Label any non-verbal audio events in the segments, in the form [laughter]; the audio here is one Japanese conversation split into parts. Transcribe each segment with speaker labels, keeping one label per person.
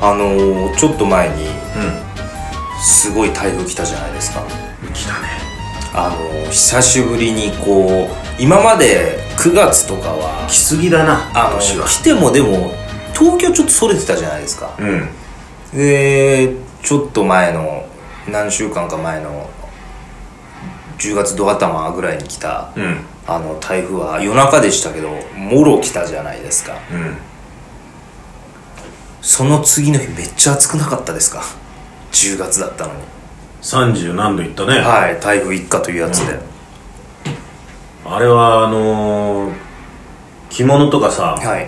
Speaker 1: あのーちょっと前に
Speaker 2: うん
Speaker 1: すごい台風来たじゃないですか
Speaker 2: 来たね
Speaker 1: あのー久しぶりにこう今まで9月とかは
Speaker 2: 来すぎだな
Speaker 1: あの
Speaker 2: 年は
Speaker 1: 来てもでも東京ちょっとそれてたじゃないですか
Speaker 2: うん
Speaker 1: でちょっと前の何週間か前の10月ど頭ぐらいに来た
Speaker 2: うん
Speaker 1: あの台風は夜中でしたけどもろ来たじゃないですか
Speaker 2: うん
Speaker 1: その次の日めっちゃ暑くなかったですか10月だったのに
Speaker 2: 30何度いったね
Speaker 1: はい台風一過というやつで、
Speaker 2: あれはあのー、着物とかさ
Speaker 1: はい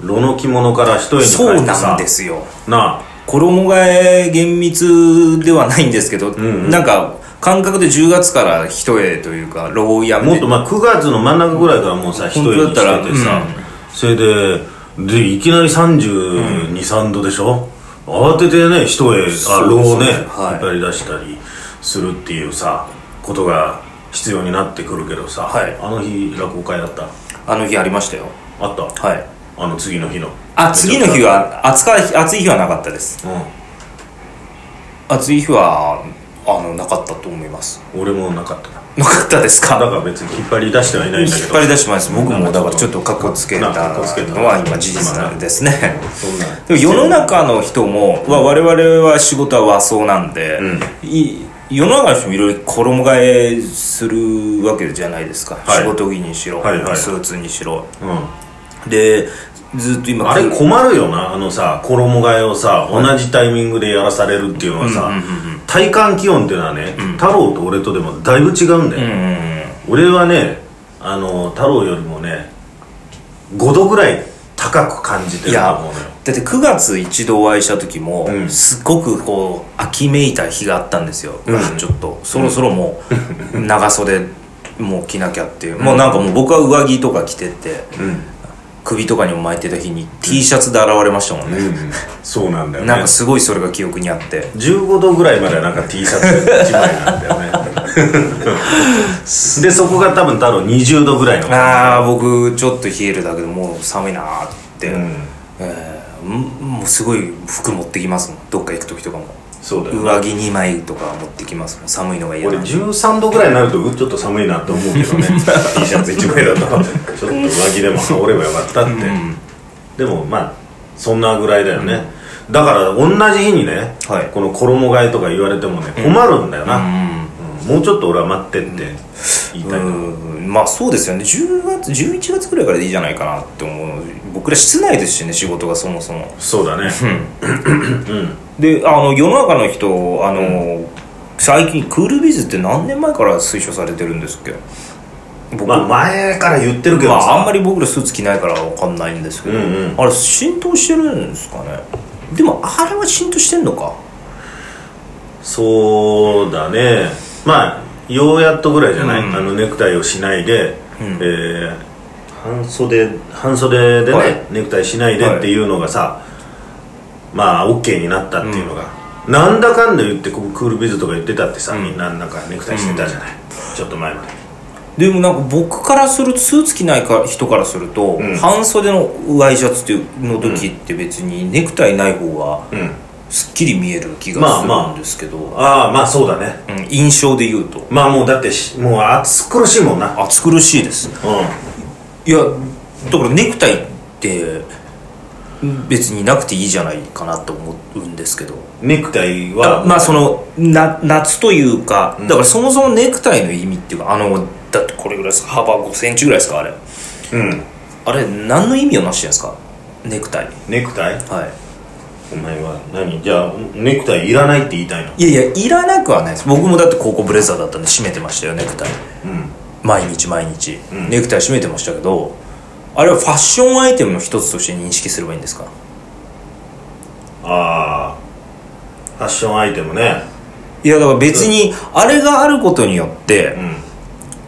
Speaker 2: 炉の着物から一重に
Speaker 1: そう
Speaker 2: 変えて
Speaker 1: なん
Speaker 2: さ
Speaker 1: ですよ
Speaker 2: なあ
Speaker 1: 衣替え厳密ではないんですけど、
Speaker 2: んうん
Speaker 1: なんか感覚で10月から一重というか牢をやめ
Speaker 2: もってとまあ9月の真ん中ぐらいからもうさ一重
Speaker 1: 本当
Speaker 2: に
Speaker 1: だったら
Speaker 2: しててさ、それででいきなり3 2 3度でしょ慌ててね一重あ
Speaker 1: そう
Speaker 2: 炉
Speaker 1: です
Speaker 2: をね
Speaker 1: ね
Speaker 2: 引っ
Speaker 1: はい
Speaker 2: 張り出したりするっていうさことが必要になってくるけどさ、
Speaker 1: はい
Speaker 2: あの日落語会だった
Speaker 1: あの日ありましたよ
Speaker 2: あった
Speaker 1: はい
Speaker 2: あの次の日の
Speaker 1: あ次の日は暑か暑い日はなかったです
Speaker 2: う
Speaker 1: 暑い日はあのなかったと思います
Speaker 2: ん俺もなかったな
Speaker 1: なかったです
Speaker 2: だ
Speaker 1: か
Speaker 2: から別に引っ張り出してはいないんだけ
Speaker 1: 引っ
Speaker 2: ど
Speaker 1: 張り出してます僕もだからちょっとカッコつけたの
Speaker 2: なかっこつけた
Speaker 1: は今事実なんですね
Speaker 2: そんな
Speaker 1: でも世の中の人も、わ我々は仕事は和装なんで、い世の中の人もいろいろ衣替えするわけじゃないですか、
Speaker 2: はい
Speaker 1: 仕事着にしろ、
Speaker 2: はいはい
Speaker 1: スーツにしろ
Speaker 2: うん
Speaker 1: でずっと今
Speaker 2: あれ困るよなあのさ衣替えをさ同じタイミングでやらされるっていうのはさ体感気温っていうのはね太郎と俺とでもだいぶ違うんだ
Speaker 1: うんうん
Speaker 2: よ
Speaker 1: うん
Speaker 2: 俺はねあの太郎よりもね5度ぐらい高く感じ
Speaker 1: い
Speaker 2: てると
Speaker 1: や
Speaker 2: 思うのよ
Speaker 1: だって9月一度お会いした時も、
Speaker 2: ん
Speaker 1: すごくこう秋めいた日があったんですよ、
Speaker 2: うん
Speaker 1: あちょっとそろそろもう長袖もう着なきゃっていう、もうなんかもう僕は上着とか着てて首とかにも巻いてた日に T シャツで現れましたもんね、
Speaker 2: うん、うん、そうなんだよ
Speaker 1: なん
Speaker 2: ね
Speaker 1: かすごいそれが記憶にあって
Speaker 2: 15度ぐらいまではなんか T シャツ1枚なんだよねでそこが多分太郎20度ぐらいの
Speaker 1: ああ僕ちょっと冷えるだけでもう寒いなーって、
Speaker 2: うん
Speaker 1: えーんもうすごい服持ってきますもんどっか行く時とかも
Speaker 2: そうだよね
Speaker 1: 上着2枚とか持ってきますもん寒いのが嫌
Speaker 2: 俺
Speaker 1: なんで
Speaker 2: 13度ぐらいになるとうちょっと寒いなと思うけど
Speaker 1: [laughs]
Speaker 2: ね T シャツ1枚だとちょっと上着でも羽織ればよかったって、でもまあそんなぐらいだよね、だから同じ日にね、
Speaker 1: はい
Speaker 2: この衣替えとか言われてもね困るんだよな、うんもうちょっと俺は待ってって言いたいな、
Speaker 1: うんまあそうですよね10月11月ぐらいからでいいじゃないかなって思う僕ら室内ですしね仕事がそもそも
Speaker 2: そうだね
Speaker 1: であの世の中の人あの、最近クールビズって何年前から推奨されてるんですっけ僕、
Speaker 2: まあ前から言ってるけ
Speaker 1: ま
Speaker 2: どさ、
Speaker 1: あ、あんまり僕らスーツ着ないからわかんないんですけど、
Speaker 2: うんうん
Speaker 1: あれ浸透してるんですかねでもあれは浸透してんのか
Speaker 2: そうだねまあようやっとぐらいじゃない、
Speaker 1: うん
Speaker 2: あのネクタイをしないで、
Speaker 1: ん
Speaker 2: えー半袖半袖でね、
Speaker 1: はい
Speaker 2: ネクタイしないでっていうのがさ、まあ OK になったっていうのが、なんだかんだ言ってこうクールビズとか言ってたってさ、みんななんかネクタイしてたじゃない、ちょっと前まで
Speaker 1: でもなんか僕からするスーツ着ないか人からすると、
Speaker 2: ん
Speaker 1: 半袖のワイシャツっていうの時って別にネクタイない方が
Speaker 2: うん
Speaker 1: すっきり見える気
Speaker 2: ま
Speaker 1: が
Speaker 2: あ
Speaker 1: す
Speaker 2: まあ
Speaker 1: るんですけど、
Speaker 2: ああまあそうだね
Speaker 1: うん、印象で言うと
Speaker 2: まあもうだってしもう暑苦しいもんな
Speaker 1: 暑苦しいです
Speaker 2: う
Speaker 1: いやだからネクタイって別になくていいじゃないかなと思うんですけど
Speaker 2: んネクタイは
Speaker 1: あまあそのな夏というかだからそもそもネクタイの意味っていうかあのだってこれぐらいです幅5センチぐらいですかあれ
Speaker 2: うん
Speaker 1: あれ何の意味をなしてるんですかネクタイ
Speaker 2: ネクタイ
Speaker 1: はい
Speaker 2: お前は何じゃあネクタイいらないって言いたいの
Speaker 1: いやいやいらなくはないです僕もだって高校ブレザーだったんで締めてましたよネクタイ
Speaker 2: うん
Speaker 1: 毎日毎日、
Speaker 2: うん
Speaker 1: ネクタイ締めてましたけどあれはファッションアイテムの一つとして認識すればいいんですか
Speaker 2: ああファッションアイテムね
Speaker 1: いやだから別にあれがあることによって
Speaker 2: うん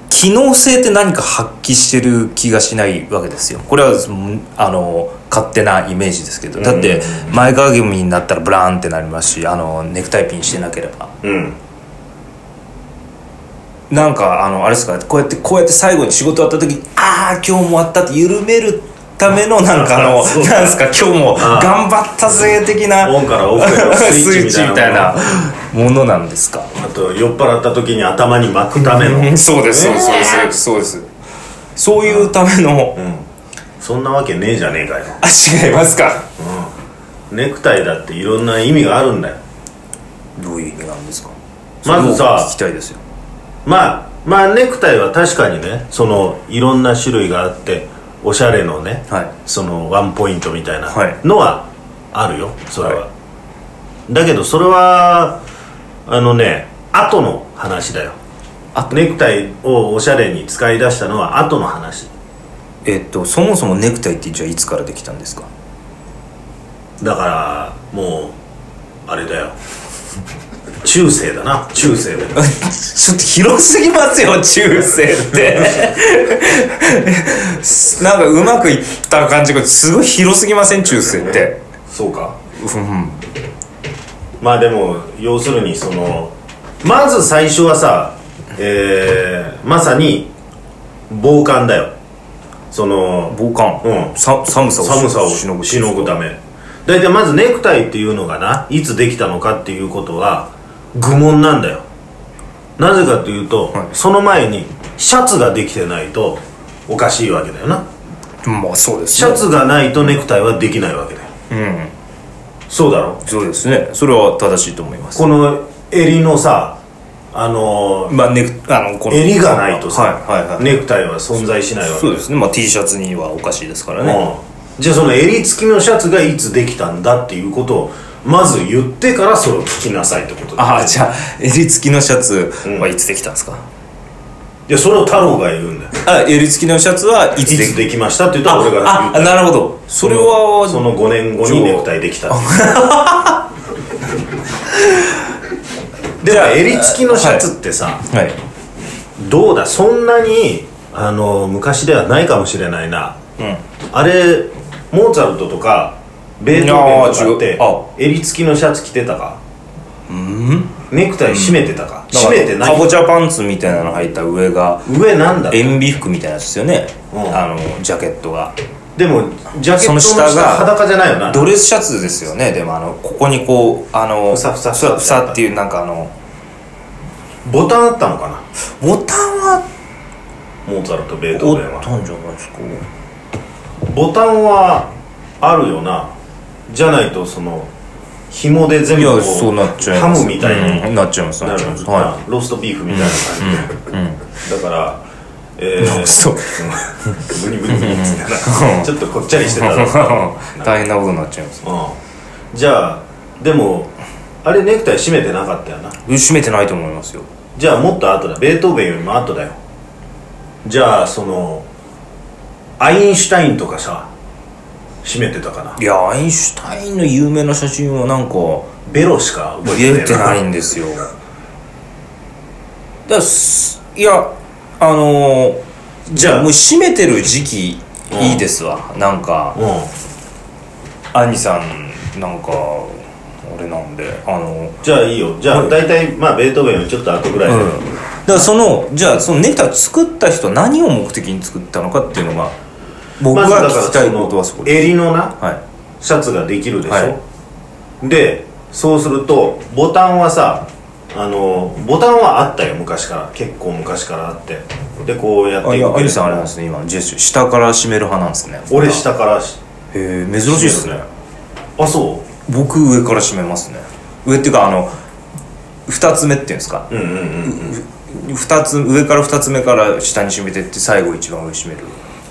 Speaker 1: 機能性って何か発揮してる気がしないわけですよこれはうんあの勝手なイメージですけどだって前かがみになったらブラーンってなりますしあのネクタイピンしてなければ [laughs]
Speaker 2: うん
Speaker 1: なんかあのあれですかこうやってこうやって最後に仕事終わった時ああ今日も終わったって緩めるためのなんかあの
Speaker 2: [laughs] そう
Speaker 1: なんすか今日も
Speaker 2: ああ
Speaker 1: 頑張ったぜ的な
Speaker 2: オンからオフへのス
Speaker 1: ス
Speaker 2: イ
Speaker 1: イ
Speaker 2: ッ
Speaker 1: ッ
Speaker 2: チ
Speaker 1: チ
Speaker 2: み
Speaker 1: み
Speaker 2: た
Speaker 1: た
Speaker 2: い
Speaker 1: い
Speaker 2: な
Speaker 1: なものなんですか
Speaker 2: あと酔っ払った時に頭に巻くための、
Speaker 1: うんそうですそう
Speaker 2: ね
Speaker 1: ですそうですそうですそういうための
Speaker 2: うんそんなわけねえじゃねえかよ
Speaker 1: あ違いますか
Speaker 2: ネクタイだっていろんな意味があるんだよ
Speaker 1: どういう意味があるんですか
Speaker 2: まずさ
Speaker 1: それを聞きたいですよ
Speaker 2: まあまあネクタイは確かにねそのいろんな種類があっておしゃれのね、
Speaker 1: はい
Speaker 2: そのワンポイントみたいな
Speaker 1: はい
Speaker 2: のはあるよそれは、
Speaker 1: は
Speaker 2: だけどそれはあのね後の話だよ
Speaker 1: 後
Speaker 2: ネクタイをおしゃれに使い出したのは後の話
Speaker 1: えっとそもそもネクタイってじゃあいつからできたんですか [laughs]
Speaker 2: だからもうあれだよ中世だな中世だよ
Speaker 1: ちょっと広すぎますよ中世って [laughs] なんかうまくいった感じがすごい広すぎません中世って
Speaker 2: そうか
Speaker 1: うん
Speaker 2: まあでも要するにそのまず最初はさ、えーまさに防寒だよその
Speaker 1: 防寒、
Speaker 2: うん
Speaker 1: さ寒さを
Speaker 2: 寒さを
Speaker 1: し
Speaker 2: し
Speaker 1: の
Speaker 2: の
Speaker 1: ぐ
Speaker 2: ぐため大体まずネクタイっていうのがないつできたのかっていうことは愚問なんだよなぜかという
Speaker 1: は
Speaker 2: と、
Speaker 1: い
Speaker 2: その前にシャツができてないとおかしいわけだよな
Speaker 1: まあそうです
Speaker 2: シ
Speaker 1: ね
Speaker 2: ャツがないとネクタイはできないわけだよ
Speaker 1: うん
Speaker 2: そうだろ
Speaker 1: そうですねそれは正しいと思います
Speaker 2: この襟のさあのー
Speaker 1: まあネクあのこの
Speaker 2: 襟がないとさ、
Speaker 1: はいはいはい、
Speaker 2: ネクタイは存在しないわけ
Speaker 1: そう
Speaker 2: だ
Speaker 1: ですねまあ T シャツにはおかしいですから
Speaker 2: よ
Speaker 1: ね、
Speaker 2: ね、うんじゃあその襟付きのシャツがいつできたんだっていうことをまず言ってからそれを聞きなさいってことだ
Speaker 1: ああじゃあ襟付きのシャツはいつできたんですか、
Speaker 2: いやそれを太郎が言うんだよ
Speaker 1: あ襟付きのシャツはい
Speaker 2: い
Speaker 1: つでき
Speaker 2: つできましたって言ったら俺が言
Speaker 1: ああ
Speaker 2: う
Speaker 1: なるほどそれは
Speaker 2: その5年後にネクタイできたってでも襟付きのシャツってさ、
Speaker 1: はい
Speaker 2: どうだそんなにあの昔ではないかもしれないな
Speaker 1: うん
Speaker 2: あれモーツァルトとかベートーベンとかっ
Speaker 1: いやー
Speaker 2: て襟付きのシャツ着てたかネクタイ締めてたか、締めてな
Speaker 1: かぼ
Speaker 2: い
Speaker 1: ちゃパンツみたいなの入った上が
Speaker 2: 上なんだ
Speaker 1: 塩ビ服みたいなやつですよね、
Speaker 2: うん
Speaker 1: あのジャケットが
Speaker 2: でもジャケットの
Speaker 1: その
Speaker 2: 下
Speaker 1: 下が
Speaker 2: 裸じゃないよな
Speaker 1: ドレスシャツですよねでもあのここにこうあの
Speaker 2: ふさふさ
Speaker 1: ふさふさっていうなんかあの
Speaker 2: ボタンあったのかな
Speaker 1: ボタンは
Speaker 2: モーツァルトベート
Speaker 1: お
Speaker 2: ーベン
Speaker 1: っ
Speaker 2: は
Speaker 1: たんじゃないですか
Speaker 2: ボタンはあるよなじゃないとその紐で全
Speaker 1: い
Speaker 2: 部こ
Speaker 1: やそうなっちゃい
Speaker 2: ハ
Speaker 1: ます
Speaker 2: ムみたいに
Speaker 1: うんなっちゃいます
Speaker 2: な
Speaker 1: なっ
Speaker 2: る
Speaker 1: ちゃい
Speaker 2: よ
Speaker 1: ます
Speaker 2: な
Speaker 1: は
Speaker 2: ローストビーフみたいな感じで、だからえ
Speaker 1: い
Speaker 2: ー、
Speaker 1: そう
Speaker 2: ブニブニブニっつってなちょっとこっちゃりしてたら、
Speaker 1: [laughs] 大変なことになっちゃいます
Speaker 2: うん、じゃあでもあれネクタイ締めてなかったよな
Speaker 1: 締めてないと思いますよ
Speaker 2: じゃあもっと後だベートーベンよりも後だよじゃあそのアインシュタインとかさ締めてたかない
Speaker 1: やアインシュタインの有名な写真はなんか
Speaker 2: ベロしか覚え
Speaker 1: 出
Speaker 2: て
Speaker 1: て
Speaker 2: な
Speaker 1: ないい
Speaker 2: なん
Speaker 1: ですよだからすいやあのー、
Speaker 2: じゃあ
Speaker 1: もう閉めてる時期
Speaker 2: うん
Speaker 1: いいですわ、なんか
Speaker 2: う
Speaker 1: 兄さんなんか俺なんであの
Speaker 2: んじゃあいいよじゃあ大体まあベートーベンよりちょっと後ぐらいだよ、
Speaker 1: だからそのじゃあそのネクタイを作った人は何を目的に作ったのかっていうのが僕
Speaker 2: まず
Speaker 1: が
Speaker 2: だか
Speaker 1: 聞
Speaker 2: ら
Speaker 1: きたいことはそこです、
Speaker 2: 襟のな
Speaker 1: はい
Speaker 2: シャツができるでしょ、
Speaker 1: は
Speaker 2: でそうするとボタンはさあのボタンはあったよ昔から結構昔からあってでこうやって
Speaker 1: あい
Speaker 2: い
Speaker 1: や
Speaker 2: くけ
Speaker 1: 兄
Speaker 2: れ
Speaker 1: さ
Speaker 2: ど
Speaker 1: んあ
Speaker 2: も
Speaker 1: れなんですね今のジェスチャー下から締める派なんですね
Speaker 2: 俺下からし
Speaker 1: へえ珍しいですね
Speaker 2: あそ
Speaker 1: 僕上から締めますね上っていうかあの2つ目っていうんですか
Speaker 2: ううんうんうん
Speaker 1: 二つ上から2つ目から下に締めてって最後一番上締める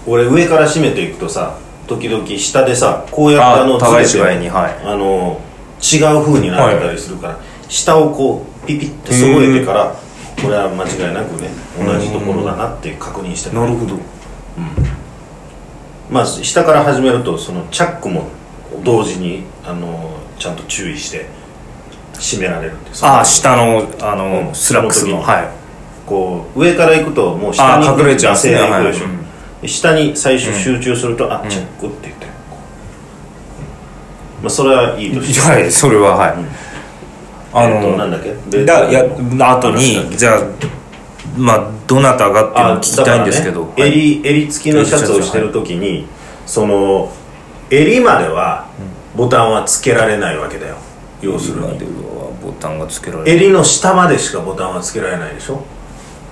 Speaker 2: 俺上から締めていくとさ時々下でさこうやってあ
Speaker 1: あ
Speaker 2: の
Speaker 1: 互い
Speaker 2: ずれて
Speaker 1: 芝居にはい
Speaker 2: あの違う風になってたりするから、下をこうピピッて揃えてからこれは間違いなくね同じところだなって確認して
Speaker 1: なるほど
Speaker 2: まあ下から始めるとそのチャックも同時にあのちゃんと注意して締められるっていう
Speaker 1: ああ下のあの、
Speaker 2: うん
Speaker 1: スラックス
Speaker 2: そ
Speaker 1: の
Speaker 2: の時に
Speaker 1: はい
Speaker 2: こう上から行くともう下に
Speaker 1: あー隠れちゃうんですね
Speaker 2: 惰性で行くでしょ、
Speaker 1: はい
Speaker 2: 下に最初集中すると、あチャックって言って、まあそれはいいとして
Speaker 1: はいそれははい、あ
Speaker 2: えっとな
Speaker 1: の
Speaker 2: んだっけベー
Speaker 1: だいや
Speaker 2: トーベンの
Speaker 1: 後にじゃあまあどなたがっていうのを聞きたいんですけど、
Speaker 2: あだからね、襟襟付きのシャツをしてる時にその襟まではボタンはつけられないわけだよ要する
Speaker 1: 今
Speaker 2: に
Speaker 1: ではボタンがつけられる
Speaker 2: 襟の下までしかボタンはつけられないでしょ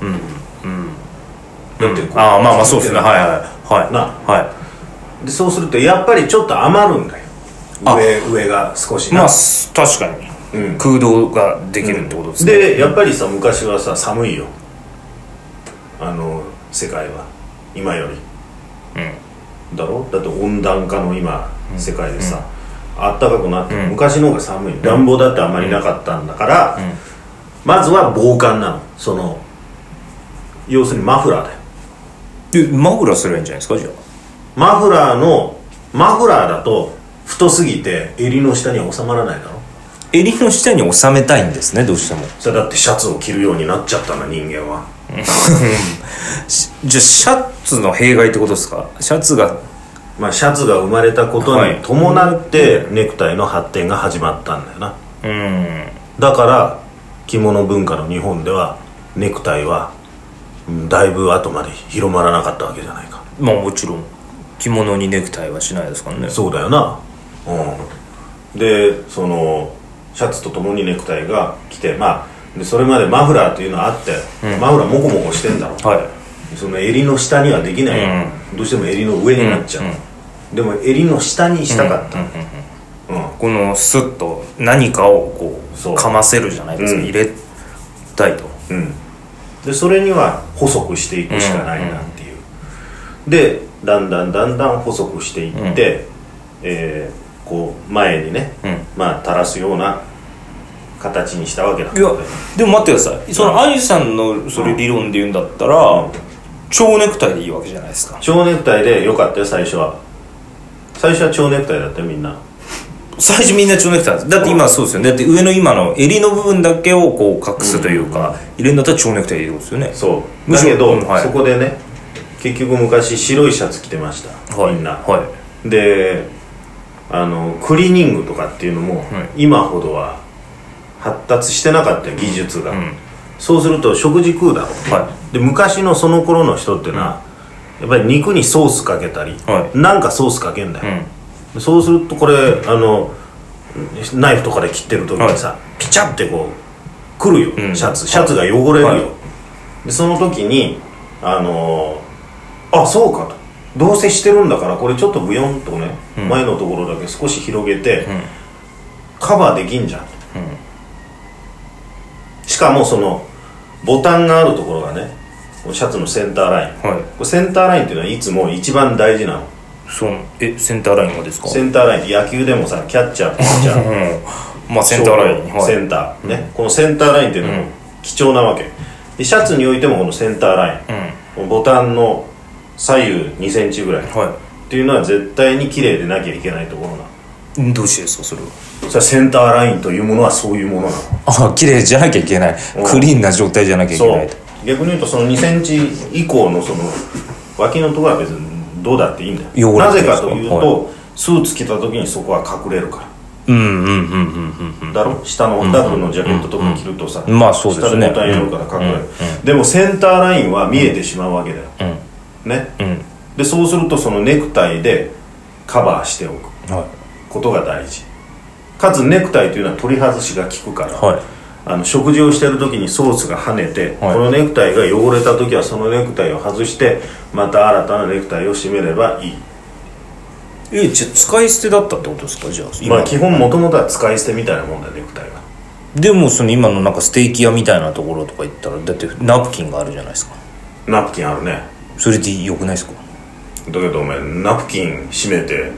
Speaker 2: うんうんだってこう
Speaker 1: ああまあまあそうですねはいはいはい
Speaker 2: な
Speaker 1: は
Speaker 2: でそうするとやっぱりちょっと余るんだよ
Speaker 1: あ
Speaker 2: 上上が少し
Speaker 1: い
Speaker 2: な
Speaker 1: まあす確かに
Speaker 2: うん
Speaker 1: 空洞ができるってことですね
Speaker 2: でやっぱりさ昔はさ寒いよあの世界は今よりだろだって温暖化の今世界でさ、あったかくなって、昔の方が寒い暖房だってあんまりなかったんだから、まずは防寒なのその要するにマフラーだよ
Speaker 1: でマフラーすればいいんじゃないですかじゃ
Speaker 2: マフラーのマフラーだと太すぎて襟の下には収まらないだろ
Speaker 1: あ襟の下に収めたいんですねどうしても
Speaker 2: それだってシャツを着るようになっちゃったな人間は
Speaker 1: じゃあシャツの弊害ってことですかシャツが
Speaker 2: まあ、シャツが生まれたこと
Speaker 1: はい
Speaker 2: に伴ってネクタイの発展が始まったんだよな
Speaker 1: うん
Speaker 2: だから着物文化の日本ではネクタイはうんだいぶ後まで広まらなかったわけじゃないか
Speaker 1: まあもちろん着物にネクタイはしないですからね
Speaker 2: そうだよなうんでそのシャツとともにネクタイが来てまあでそれまでマフラーっていうのはあって、マフラーモコモコしてんだろ
Speaker 1: はい
Speaker 2: その襟の下にはできないよ、どうしても襟の上になっちゃう、でも襟の下にしたかった、うん
Speaker 1: このスッと何かをこ
Speaker 2: そう
Speaker 1: うかませるじゃないですか、
Speaker 2: うん
Speaker 1: 入れたいと
Speaker 2: うん、でそれには細くしていくしかないなっていう、でだんだんだんだん細くしていって、えーこう前にね、
Speaker 1: うん
Speaker 2: まあ垂らすような形にしたわけだ
Speaker 1: いやでも待ってくださいその愛さんのそれ理論で言うんだったら、蝶ネクタイでいいわけじゃないですか
Speaker 2: 蝶ネクタイでよかったよ最初は最初は蝶ネクタイだったよみんな
Speaker 1: 最初みんな蝶ネクタイなんですだって今そうですよねだって上の今の襟の部分だけをこう隠すというか、入れるんだったら蝶ネクタイでいいってことですよね
Speaker 2: そう
Speaker 1: む
Speaker 2: だ
Speaker 1: しろ
Speaker 2: けど、
Speaker 1: うんはい
Speaker 2: そこでね結局昔白いシャツ着てました、
Speaker 1: はい
Speaker 2: みんな、
Speaker 1: はい
Speaker 2: であのクリーニングとかっていうのも、今ほどは発達してなかったよ技術が、
Speaker 1: ん
Speaker 2: そうすると食事食うだろう、
Speaker 1: は
Speaker 2: で昔のその頃の人ってのは、やっぱり肉にソースかけたり、
Speaker 1: は
Speaker 2: なんかソースかけんだ
Speaker 1: う
Speaker 2: よ、
Speaker 1: ん
Speaker 2: でそうするとこれあのナイフとかで切ってる時にさ、ピチャってこうくるよ、
Speaker 1: ん
Speaker 2: シャツシャツが汚れるよ、
Speaker 1: はい
Speaker 2: でその時にあのーあそうかとどうせしてるんだからこれちょっとブヨンとね、前のところだけ少し広げて、カバーできんじゃん、しかもそのボタンがあるところがねこのシャツのセンターライン
Speaker 1: は
Speaker 2: これセンターラインっていうのはいつも一番大事なの
Speaker 1: いそのえセンターラインがですか
Speaker 2: センターラインって野球でもさキャッチャーピッチャー
Speaker 1: まあセンターラインは
Speaker 2: セ
Speaker 1: い
Speaker 2: ンター、ねこのセンターラインっていうのも貴重なわけでシャツにおいてもこのセンターライン、ボタンの左右2センチぐらいっ
Speaker 1: は
Speaker 2: ていうのは絶対に綺麗でなきゃいけないところなの
Speaker 1: いどうしてですかそれは
Speaker 2: それはセンターラインというものはそういうものなの
Speaker 1: あ綺麗じゃなきゃいけない
Speaker 2: うん
Speaker 1: クリーンな状態じゃなきゃいけ
Speaker 2: そ
Speaker 1: ないうと
Speaker 2: 逆に言うとその2センチ以降のその脇のところは別にどうだっていいんだよ
Speaker 1: 汚れ
Speaker 2: な
Speaker 1: てるん
Speaker 2: ぜ
Speaker 1: です
Speaker 2: か
Speaker 1: か
Speaker 2: という
Speaker 1: は
Speaker 2: と、スーツ着た時にそこは隠れるから
Speaker 1: うんうんうんうん
Speaker 2: だろ下のダフルのジャケットとか着るとさ、
Speaker 1: うんまあそうで
Speaker 2: 下
Speaker 1: す
Speaker 2: で
Speaker 1: ね
Speaker 2: ボタンやるから隠れる、でもセンターラインは見えてしまうわけだよ、ね、
Speaker 1: ん
Speaker 2: でそうするとそのネクタイでカバーしておく
Speaker 1: うんは
Speaker 2: ことが大事かつネクタイというのは取り外しが効くから、
Speaker 1: いはい
Speaker 2: あの食事をしてる時にソースが跳ねて、
Speaker 1: はい
Speaker 2: このネクタイが汚れた時はそのネクタイを外してまた新たなネクタイを締めればいい
Speaker 1: えじゃあ使い捨てだったってことですかじゃあ今、
Speaker 2: まあ基本もともとは使い捨てみたいなもんだよネクタイは
Speaker 1: でもその今のなんかステーキ屋みたいなところとか行ったらだってナプキンがあるじゃないですか
Speaker 2: ナプキンあるね
Speaker 1: それでよくないですか
Speaker 2: だけどお前ナプキン閉めて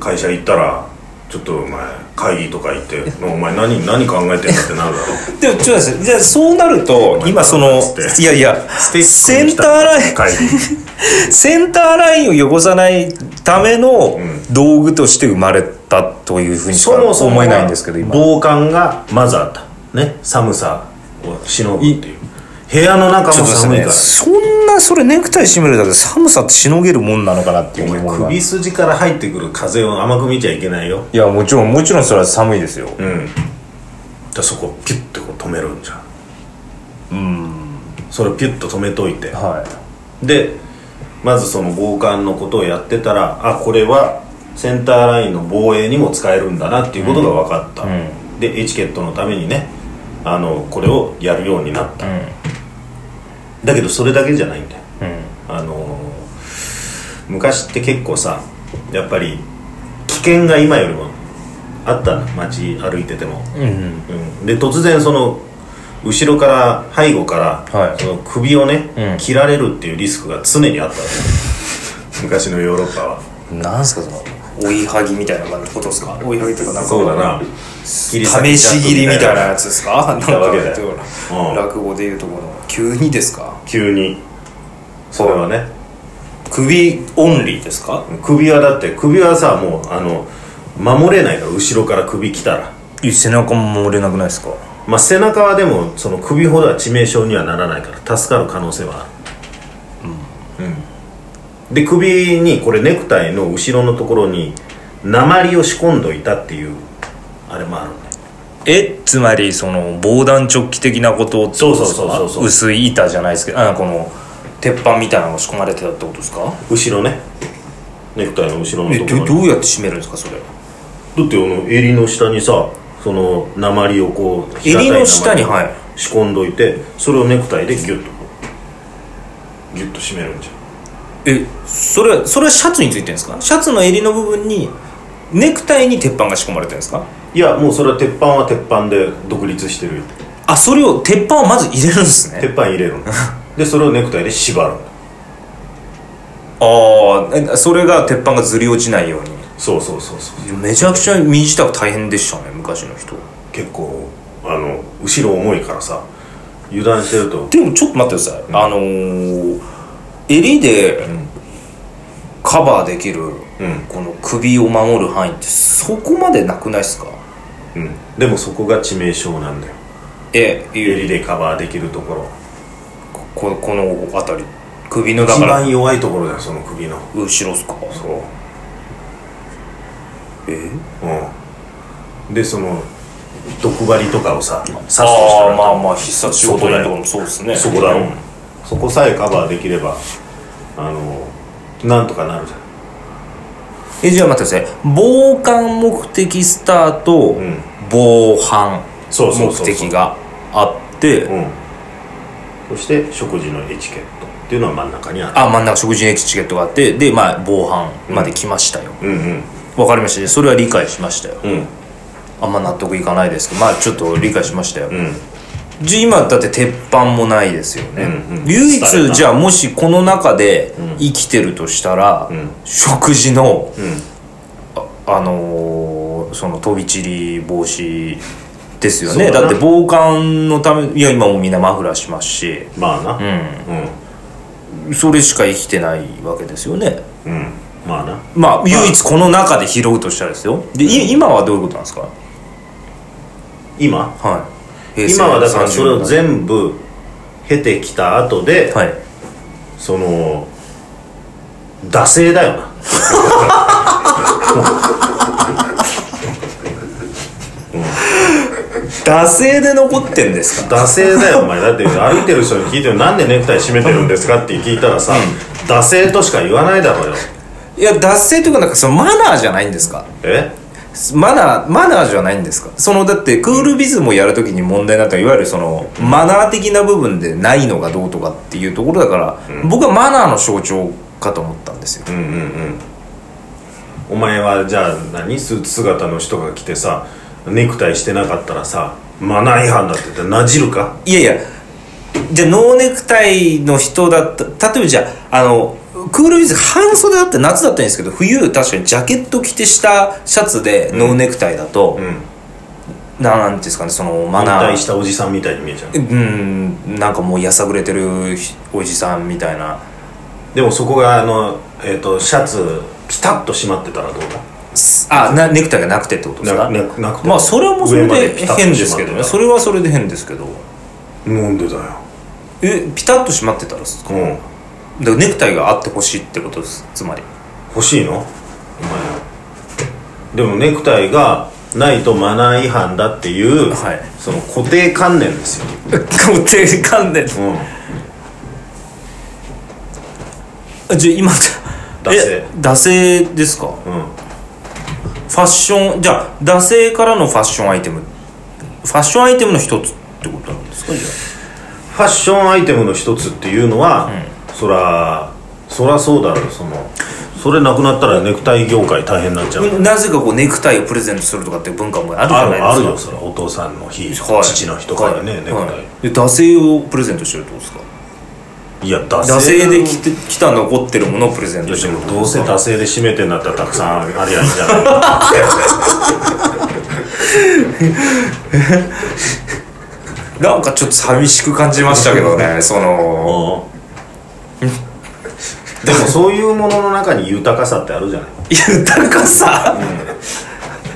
Speaker 2: 会社行ったらちょっとお前会議とか行って「お前何何考えてんだ」ってなるだ
Speaker 1: [laughs]
Speaker 2: ろ
Speaker 1: でもちょっと待ってくださいじゃあそうなると今その
Speaker 2: つって
Speaker 1: いやいやセンターライン
Speaker 2: 会議
Speaker 1: センターラインを汚さないための
Speaker 2: ん
Speaker 1: 道具として生まれたというふうにしか
Speaker 2: そもそも
Speaker 1: 思えないんですけど今
Speaker 2: 防寒がまずあったね寒さをしのぐっていう部屋の中
Speaker 1: ちょ
Speaker 2: も
Speaker 1: っとです
Speaker 2: 寒い
Speaker 1: ね
Speaker 2: から
Speaker 1: そんなそれネクタイ締めるだけで寒さってしのげるもんなのかなっていう疑問が
Speaker 2: 首筋から入ってくる風を甘く見ちゃいけないよ
Speaker 1: いやもちろんもちろんそれは寒いですよ、
Speaker 2: うんでそこをピュッてこう止めるんじゃんうんそれをピュッと止めといて
Speaker 1: は
Speaker 2: でまずその防寒のことをやってたらあこれはセンターラインの防衛にも使えるんだなっていうことが分かった、
Speaker 1: うん
Speaker 2: でエチケットのためにねあのこれをやるようになった、だけどそれだけじゃないんだよあの昔って結構さやっぱり危険が今よりもあったの街歩いてても、
Speaker 1: うんうん
Speaker 2: うんで突然その後ろから背後から、
Speaker 1: はい
Speaker 2: その首をね、
Speaker 1: うん
Speaker 2: 切られるっていうリスクが常にあったの昔のヨーロッパは
Speaker 1: うんなんすかその追いはぎみたいなことですか追いはぎというかなんか
Speaker 2: そうだな切り裂
Speaker 1: 試
Speaker 2: き
Speaker 1: し切りみたいなやつですかなんか
Speaker 2: わけだようん
Speaker 1: 落語でいうとこの急にですか
Speaker 2: 急にそれはね
Speaker 1: 首オンリーですか
Speaker 2: 首はだって首はさもうあの守れないから後ろから首来たら
Speaker 1: 背中も折れなくないですか
Speaker 2: まあ背中はでもその首ほどは致命傷にはならないから助かる可能性はあるうん、で首にこれネクタイの後ろのところに鉛を仕込んどいたっていうあれもあるね
Speaker 1: えつまりその防弾チョッキ的なことってことですか
Speaker 2: そうそうそうそう
Speaker 1: 薄い板じゃないですけどあこの鉄板みたいなのが仕込まれてたってことですか
Speaker 2: 後ろねネクタイの後ろの
Speaker 1: え
Speaker 2: ところ
Speaker 1: ど
Speaker 2: に
Speaker 1: どうやって締めるんですかそれ
Speaker 2: だってあの襟の下にさその鉛をこう平たい
Speaker 1: 襟
Speaker 2: 鉛
Speaker 1: の下にはい
Speaker 2: 仕込んどいてそれをネクタイでギュッとこうギュッと締めるんじゃん
Speaker 1: えそれそれはシャツについてるんですかシャツの襟の部分にネクタイに鉄板が仕込まれてるんですか
Speaker 2: いやもうそれは鉄板は鉄板で独立してるよ
Speaker 1: あそれを鉄板をまず入れるんですね
Speaker 2: 鉄板入れるのでそれをネクタイで縛るの
Speaker 1: ああそれが鉄板がずり落ちないように
Speaker 2: そうそうそうそう
Speaker 1: めちゃくちゃ身支度大変でしたね昔の人
Speaker 2: 結構あの後ろ重いからさ油断してると
Speaker 1: でもちょっと待ってください、あのー、襟でカバーできる、
Speaker 2: ん
Speaker 1: この首を守る範囲ってそこまでなくないですか
Speaker 2: うんでもそこが致命傷なんだよ
Speaker 1: え
Speaker 2: 襟
Speaker 1: 襟
Speaker 2: でカバーできるところ
Speaker 1: ここの辺り首のだ
Speaker 2: 一
Speaker 1: から
Speaker 2: 番弱いところだよその首の
Speaker 1: 後ろっすか
Speaker 2: そう
Speaker 1: え
Speaker 2: うん、でその毒針とかをさ刺すとしたら
Speaker 1: ああまあまあ必殺仕事人とかもそうですね
Speaker 2: そこだろ、
Speaker 1: うん
Speaker 2: そこさえカバーできればあのなんとかなるじゃ
Speaker 1: えじゃあ待ってください防寒目的スターと
Speaker 2: ん
Speaker 1: 防犯
Speaker 2: そうそう
Speaker 1: 目
Speaker 2: そうそう
Speaker 1: 的があって
Speaker 2: ん、うん、そして食事のエチケットっていうのは真ん中にある
Speaker 1: あ真ん中食事のエチケットがあってでまあ防犯まで来ましたよ、
Speaker 2: うんうん
Speaker 1: わかりましたそれは理解しましたよ
Speaker 2: うん
Speaker 1: あんま納得いかないですけどまあちょっと理解しましたよ、
Speaker 2: うん
Speaker 1: じゃあ今だって鉄板もないですよね、
Speaker 2: うんうん
Speaker 1: 唯
Speaker 2: 伝え
Speaker 1: 一
Speaker 2: た
Speaker 1: じゃあもしこの中で生きてるとしたら、
Speaker 2: ん
Speaker 1: 食事の、
Speaker 2: ん
Speaker 1: ああのーその飛び散り防止ですよ
Speaker 2: そ
Speaker 1: ね
Speaker 2: う
Speaker 1: だ
Speaker 2: だな
Speaker 1: って防寒のためいや今もうみんなマフラーしますし
Speaker 2: まあなうん
Speaker 1: それしか生きてないわけですよね
Speaker 2: うん、まあな
Speaker 1: まあ唯一この中で拾うとしたらですよで、い今はどういうことなんですか
Speaker 2: 今
Speaker 1: はい
Speaker 2: 今はだからそれを
Speaker 1: 全
Speaker 2: 全部経てきた後で、
Speaker 1: はい
Speaker 2: その惰性だよな
Speaker 1: 惰性で残ってんですか
Speaker 2: 惰性だ
Speaker 1: [laughs]
Speaker 2: よお前だって歩いてる人に聞いてなんでネクタイ締めてるんですかって聞いたらさ、惰性としか言わないだろうよ
Speaker 1: いや脱性というかなんかそのマナーじゃないんですか
Speaker 2: え
Speaker 1: マナーマナーじゃないんですかそのだってクールビズムをやるときに問題になったのはいわゆるそのマナー的な部分でないのがどうとかっていうところだから、僕はマナーの象徴かと思ったんですよ、
Speaker 2: お前はじゃあ何スーツ姿の人が来てさネクタイしてなかったらさマナー違反だって言ってなじるか
Speaker 1: いやいやじゃあノーネクタイの人だった例えばじゃああのクールビズ半袖だって夏だったらいいんですけど冬確かにジャケット着てしたシャツでノーネクタイだと、ななんていうんですかねそのマ
Speaker 2: 引
Speaker 1: ナー
Speaker 2: 退したおじさんみたいに見えちゃう
Speaker 1: うんなんかもうやさぐれてるおじさんみたいな
Speaker 2: でもそこがあの、えー、とシャツピタッと締まってたらどうだ
Speaker 1: あなネクタイがなくてってことですか
Speaker 2: なななくて
Speaker 1: まあそれはもうそれ
Speaker 2: 上ま
Speaker 1: で
Speaker 2: でピタッと
Speaker 1: 変ですけど
Speaker 2: 閉まって
Speaker 1: ね
Speaker 2: た
Speaker 1: それはそれで変ですけど
Speaker 2: なんでだよ
Speaker 1: えピタッと閉まってたらですか
Speaker 2: うん
Speaker 1: だからネクタイがあってほしいってことですつ
Speaker 2: [laughs]
Speaker 1: まり
Speaker 2: 欲しいのお前でもネクタイがないとマナー違反だっていう、
Speaker 1: はい
Speaker 2: その固定観念ですよ、
Speaker 1: 固定観念
Speaker 2: うん、
Speaker 1: じゃあ今
Speaker 2: 惰性
Speaker 1: え惰性ですかフ
Speaker 2: うん
Speaker 1: ァッションじゃあ惰性からのファッションアイテムファッションアイテムの一つってことなんですかじゃ
Speaker 2: ファッションアイテムの一つっていうのは、そらそらそうだろうそのそれなくなったらネクタイ業界大変になっちゃう、
Speaker 1: あなぜかこうネクタイをプレゼントするとかっていう文化もあるじ
Speaker 2: あ
Speaker 1: ゃないで
Speaker 2: る
Speaker 1: すか
Speaker 2: あるよそれお父さんの日、
Speaker 1: はい
Speaker 2: 父の日とかにね、
Speaker 1: はい
Speaker 2: ネクタイ、
Speaker 1: はいで惰性をプレゼントしてるってことですか
Speaker 2: い、や惰性
Speaker 1: 惰性で着て着た残ってるものをプレゼン
Speaker 2: いや
Speaker 1: トし
Speaker 2: で
Speaker 1: てる
Speaker 2: もどうせ惰性で締めてんだったらたくさんありゃいいんじゃない
Speaker 1: なんかちょっと寂しく感じましたけどねその
Speaker 2: でもそういうものの中に豊かさってあるじゃない
Speaker 1: 豊かさ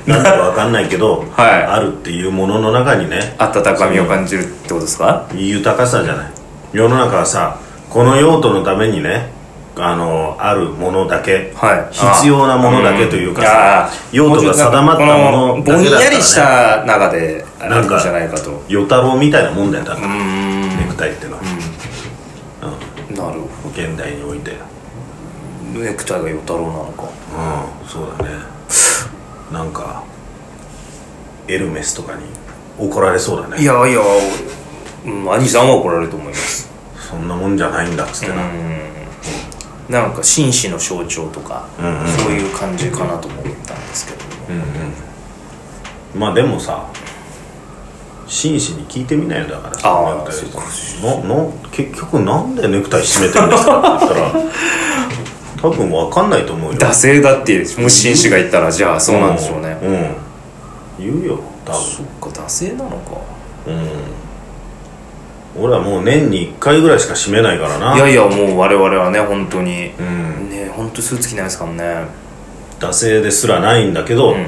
Speaker 2: なんかわかんないけど、
Speaker 1: はい
Speaker 2: あるっていうものの中にね
Speaker 1: 温かみを感じるってことですか
Speaker 2: 豊かさじゃない世の中はさこの用途のためにねあのあるものだけ、
Speaker 1: はい
Speaker 2: 必要なものだけというか
Speaker 1: あ
Speaker 2: さ
Speaker 1: ー
Speaker 2: 用途が定まったもの
Speaker 1: このぼ
Speaker 2: だ
Speaker 1: ん
Speaker 2: けだ
Speaker 1: やり
Speaker 2: っ
Speaker 1: した
Speaker 2: ら
Speaker 1: た
Speaker 2: ね
Speaker 1: 中であ
Speaker 2: な
Speaker 1: る
Speaker 2: ん
Speaker 1: ん
Speaker 2: か
Speaker 1: じゃないかと
Speaker 2: 与太郎みたいなもんだよだから
Speaker 1: うーん
Speaker 2: ネクタイってのは、
Speaker 1: なるほ
Speaker 2: 現代においてうん
Speaker 1: どネクタイが与太郎なのか
Speaker 2: そうだねなんかエルメスとかに怒られそうだ
Speaker 1: い
Speaker 2: ね
Speaker 1: やいや、うん、兄さんは怒られると思います
Speaker 2: そんなもんじゃないんだっつってな、
Speaker 1: なんか紳士の象徴とか、
Speaker 2: んうん
Speaker 1: そういう感じかなと思ったんですけども、
Speaker 2: まあでもさ真摯に聞いてみないよだから
Speaker 1: あー
Speaker 2: ネクタイなな結局なんでネクタイ締めてるんですかって
Speaker 1: [laughs]
Speaker 2: 言ったら多分分かんないと思うよ
Speaker 1: 惰性だってもし紳士が言ったらじゃあそうなんでしょうね、
Speaker 2: うん、言うよ多
Speaker 1: そっか惰性なのか
Speaker 2: 分うん俺はもう年に1回ぐらいしか締めないからない
Speaker 1: やいやもう我々はね本当に
Speaker 2: うん、
Speaker 1: ね本当スーツ着ないですからね
Speaker 2: 惰性ですらないんだけど、
Speaker 1: ん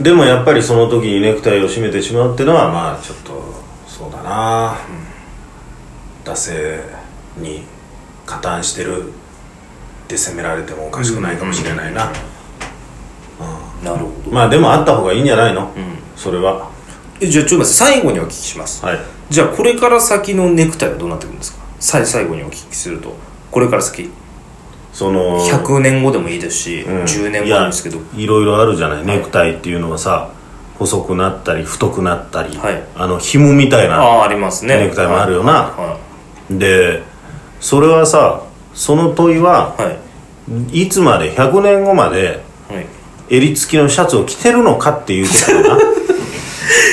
Speaker 2: でもやっぱりその時にネクタイを締めてしまうってのはまあちょっとそうだな、惰性に加担してるって責められてもおかしくないかもしれないな、
Speaker 1: なるほど
Speaker 2: まあでもあった方がいいんじゃないの、
Speaker 1: ん
Speaker 2: それは
Speaker 1: えじゃあちょっと待って最後にお聞きします
Speaker 2: はい
Speaker 1: じゃあこれから先のネクタイはどうなってくるんですか最最後にお聞きするとこれから先
Speaker 2: その
Speaker 1: 100年後でもいいですし、
Speaker 2: うん
Speaker 1: 10年後でもいいですけど
Speaker 2: いやいろいろあるじゃないネクタイっていうのはさ細くなったり太くなったり、
Speaker 1: はい
Speaker 2: あの紐みたい
Speaker 1: あ
Speaker 2: な
Speaker 1: あありますね
Speaker 2: ネクタイもあるよな
Speaker 1: は
Speaker 2: でそれはさその問いはい
Speaker 1: はい、はい
Speaker 2: いつまで100年後まで
Speaker 1: はい
Speaker 2: 襟付きのシャツを着てるのかって [laughs] いうことだな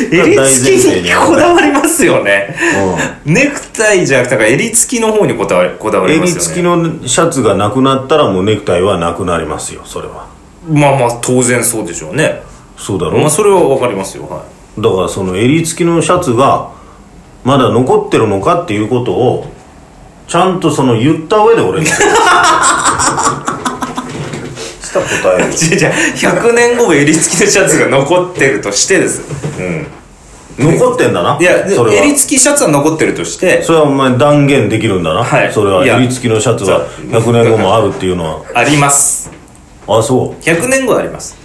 Speaker 1: 襟付
Speaker 2: 大前提
Speaker 1: きに
Speaker 2: にある
Speaker 1: こだわりますよね
Speaker 2: う
Speaker 1: ネクタイじゃなくてなんか襟付きの方にこだわりこだわ
Speaker 2: ん
Speaker 1: りま
Speaker 2: 襟
Speaker 1: すよね
Speaker 2: 付きのシャツがなくなったらもうネクタイはなくなりますよそれは
Speaker 1: まあまあ当然そうでしょうね
Speaker 2: そうだろ
Speaker 1: まあそれはわかりますよは
Speaker 2: だからその襟付きのシャツがまだ残ってるのかっていうことをちゃんとその言った上で [laughs] 俺にした答え
Speaker 1: いじゃあじゃあ100年後も襟付きのシャツが残ってるとしてです
Speaker 2: 残ってんだない
Speaker 1: やで
Speaker 2: それは
Speaker 1: 襟付きシャツは残ってるとして
Speaker 2: それはお前断言できるんだな、
Speaker 1: はい
Speaker 2: それはい
Speaker 1: や
Speaker 2: 襟付きのシャツは
Speaker 1: そう
Speaker 2: 100年後もあるっていうの
Speaker 1: あります
Speaker 2: はあそう
Speaker 1: 100年後はあります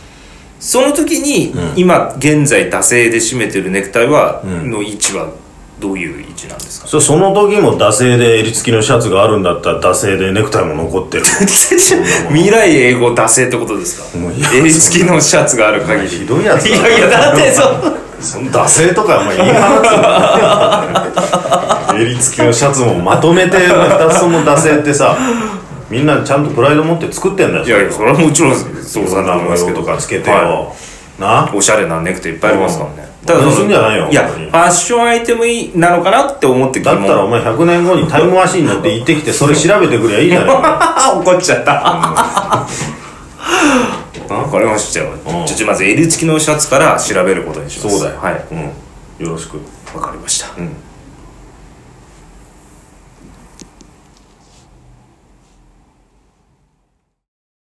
Speaker 1: その時に、今現在惰性で締めてるネクタイは、の位置はどういう位置なんですか
Speaker 2: そその時も惰性で襟付きのシャツがあるんだったら惰性でネクタイも残ってる
Speaker 1: 未来英語惰性ってことですか
Speaker 2: もういや
Speaker 1: 襟付きのシャツがある限り
Speaker 2: ひどいやつだ
Speaker 1: いやいやだってそう
Speaker 2: [laughs] その惰性とかお前言い放 [laughs] つ襟付きのシャツもまとめて2つとも惰性ってさみんなちゃんとプライド持って作ってんだよ
Speaker 1: いやいやそれはもちろんそうさ
Speaker 2: そん
Speaker 1: んだ
Speaker 2: な
Speaker 1: と思います
Speaker 2: 模
Speaker 1: け
Speaker 2: 様
Speaker 1: ど
Speaker 2: とかつけてよ、
Speaker 1: は
Speaker 2: ない
Speaker 1: おしゃれなネクタイいっぱいありますからね、
Speaker 2: うん
Speaker 1: ただそ
Speaker 2: 盗
Speaker 1: の
Speaker 2: んじゃないよ
Speaker 1: や
Speaker 2: 本
Speaker 1: フ
Speaker 2: 当に
Speaker 1: ァッションアイテムなのかなって思って
Speaker 2: だったらお前100年後にタイムマシン乗って行ってきてそれ調べてくりゃいいじゃない [laughs] か
Speaker 1: あ [laughs] 怒っちゃった。 [laughs] わかりましたよ。
Speaker 2: ん
Speaker 1: じゃあまず襟付きのシャツから調べることにします。
Speaker 2: そうだよ
Speaker 1: はい。
Speaker 2: うんよろしく
Speaker 1: わかりました。
Speaker 2: うん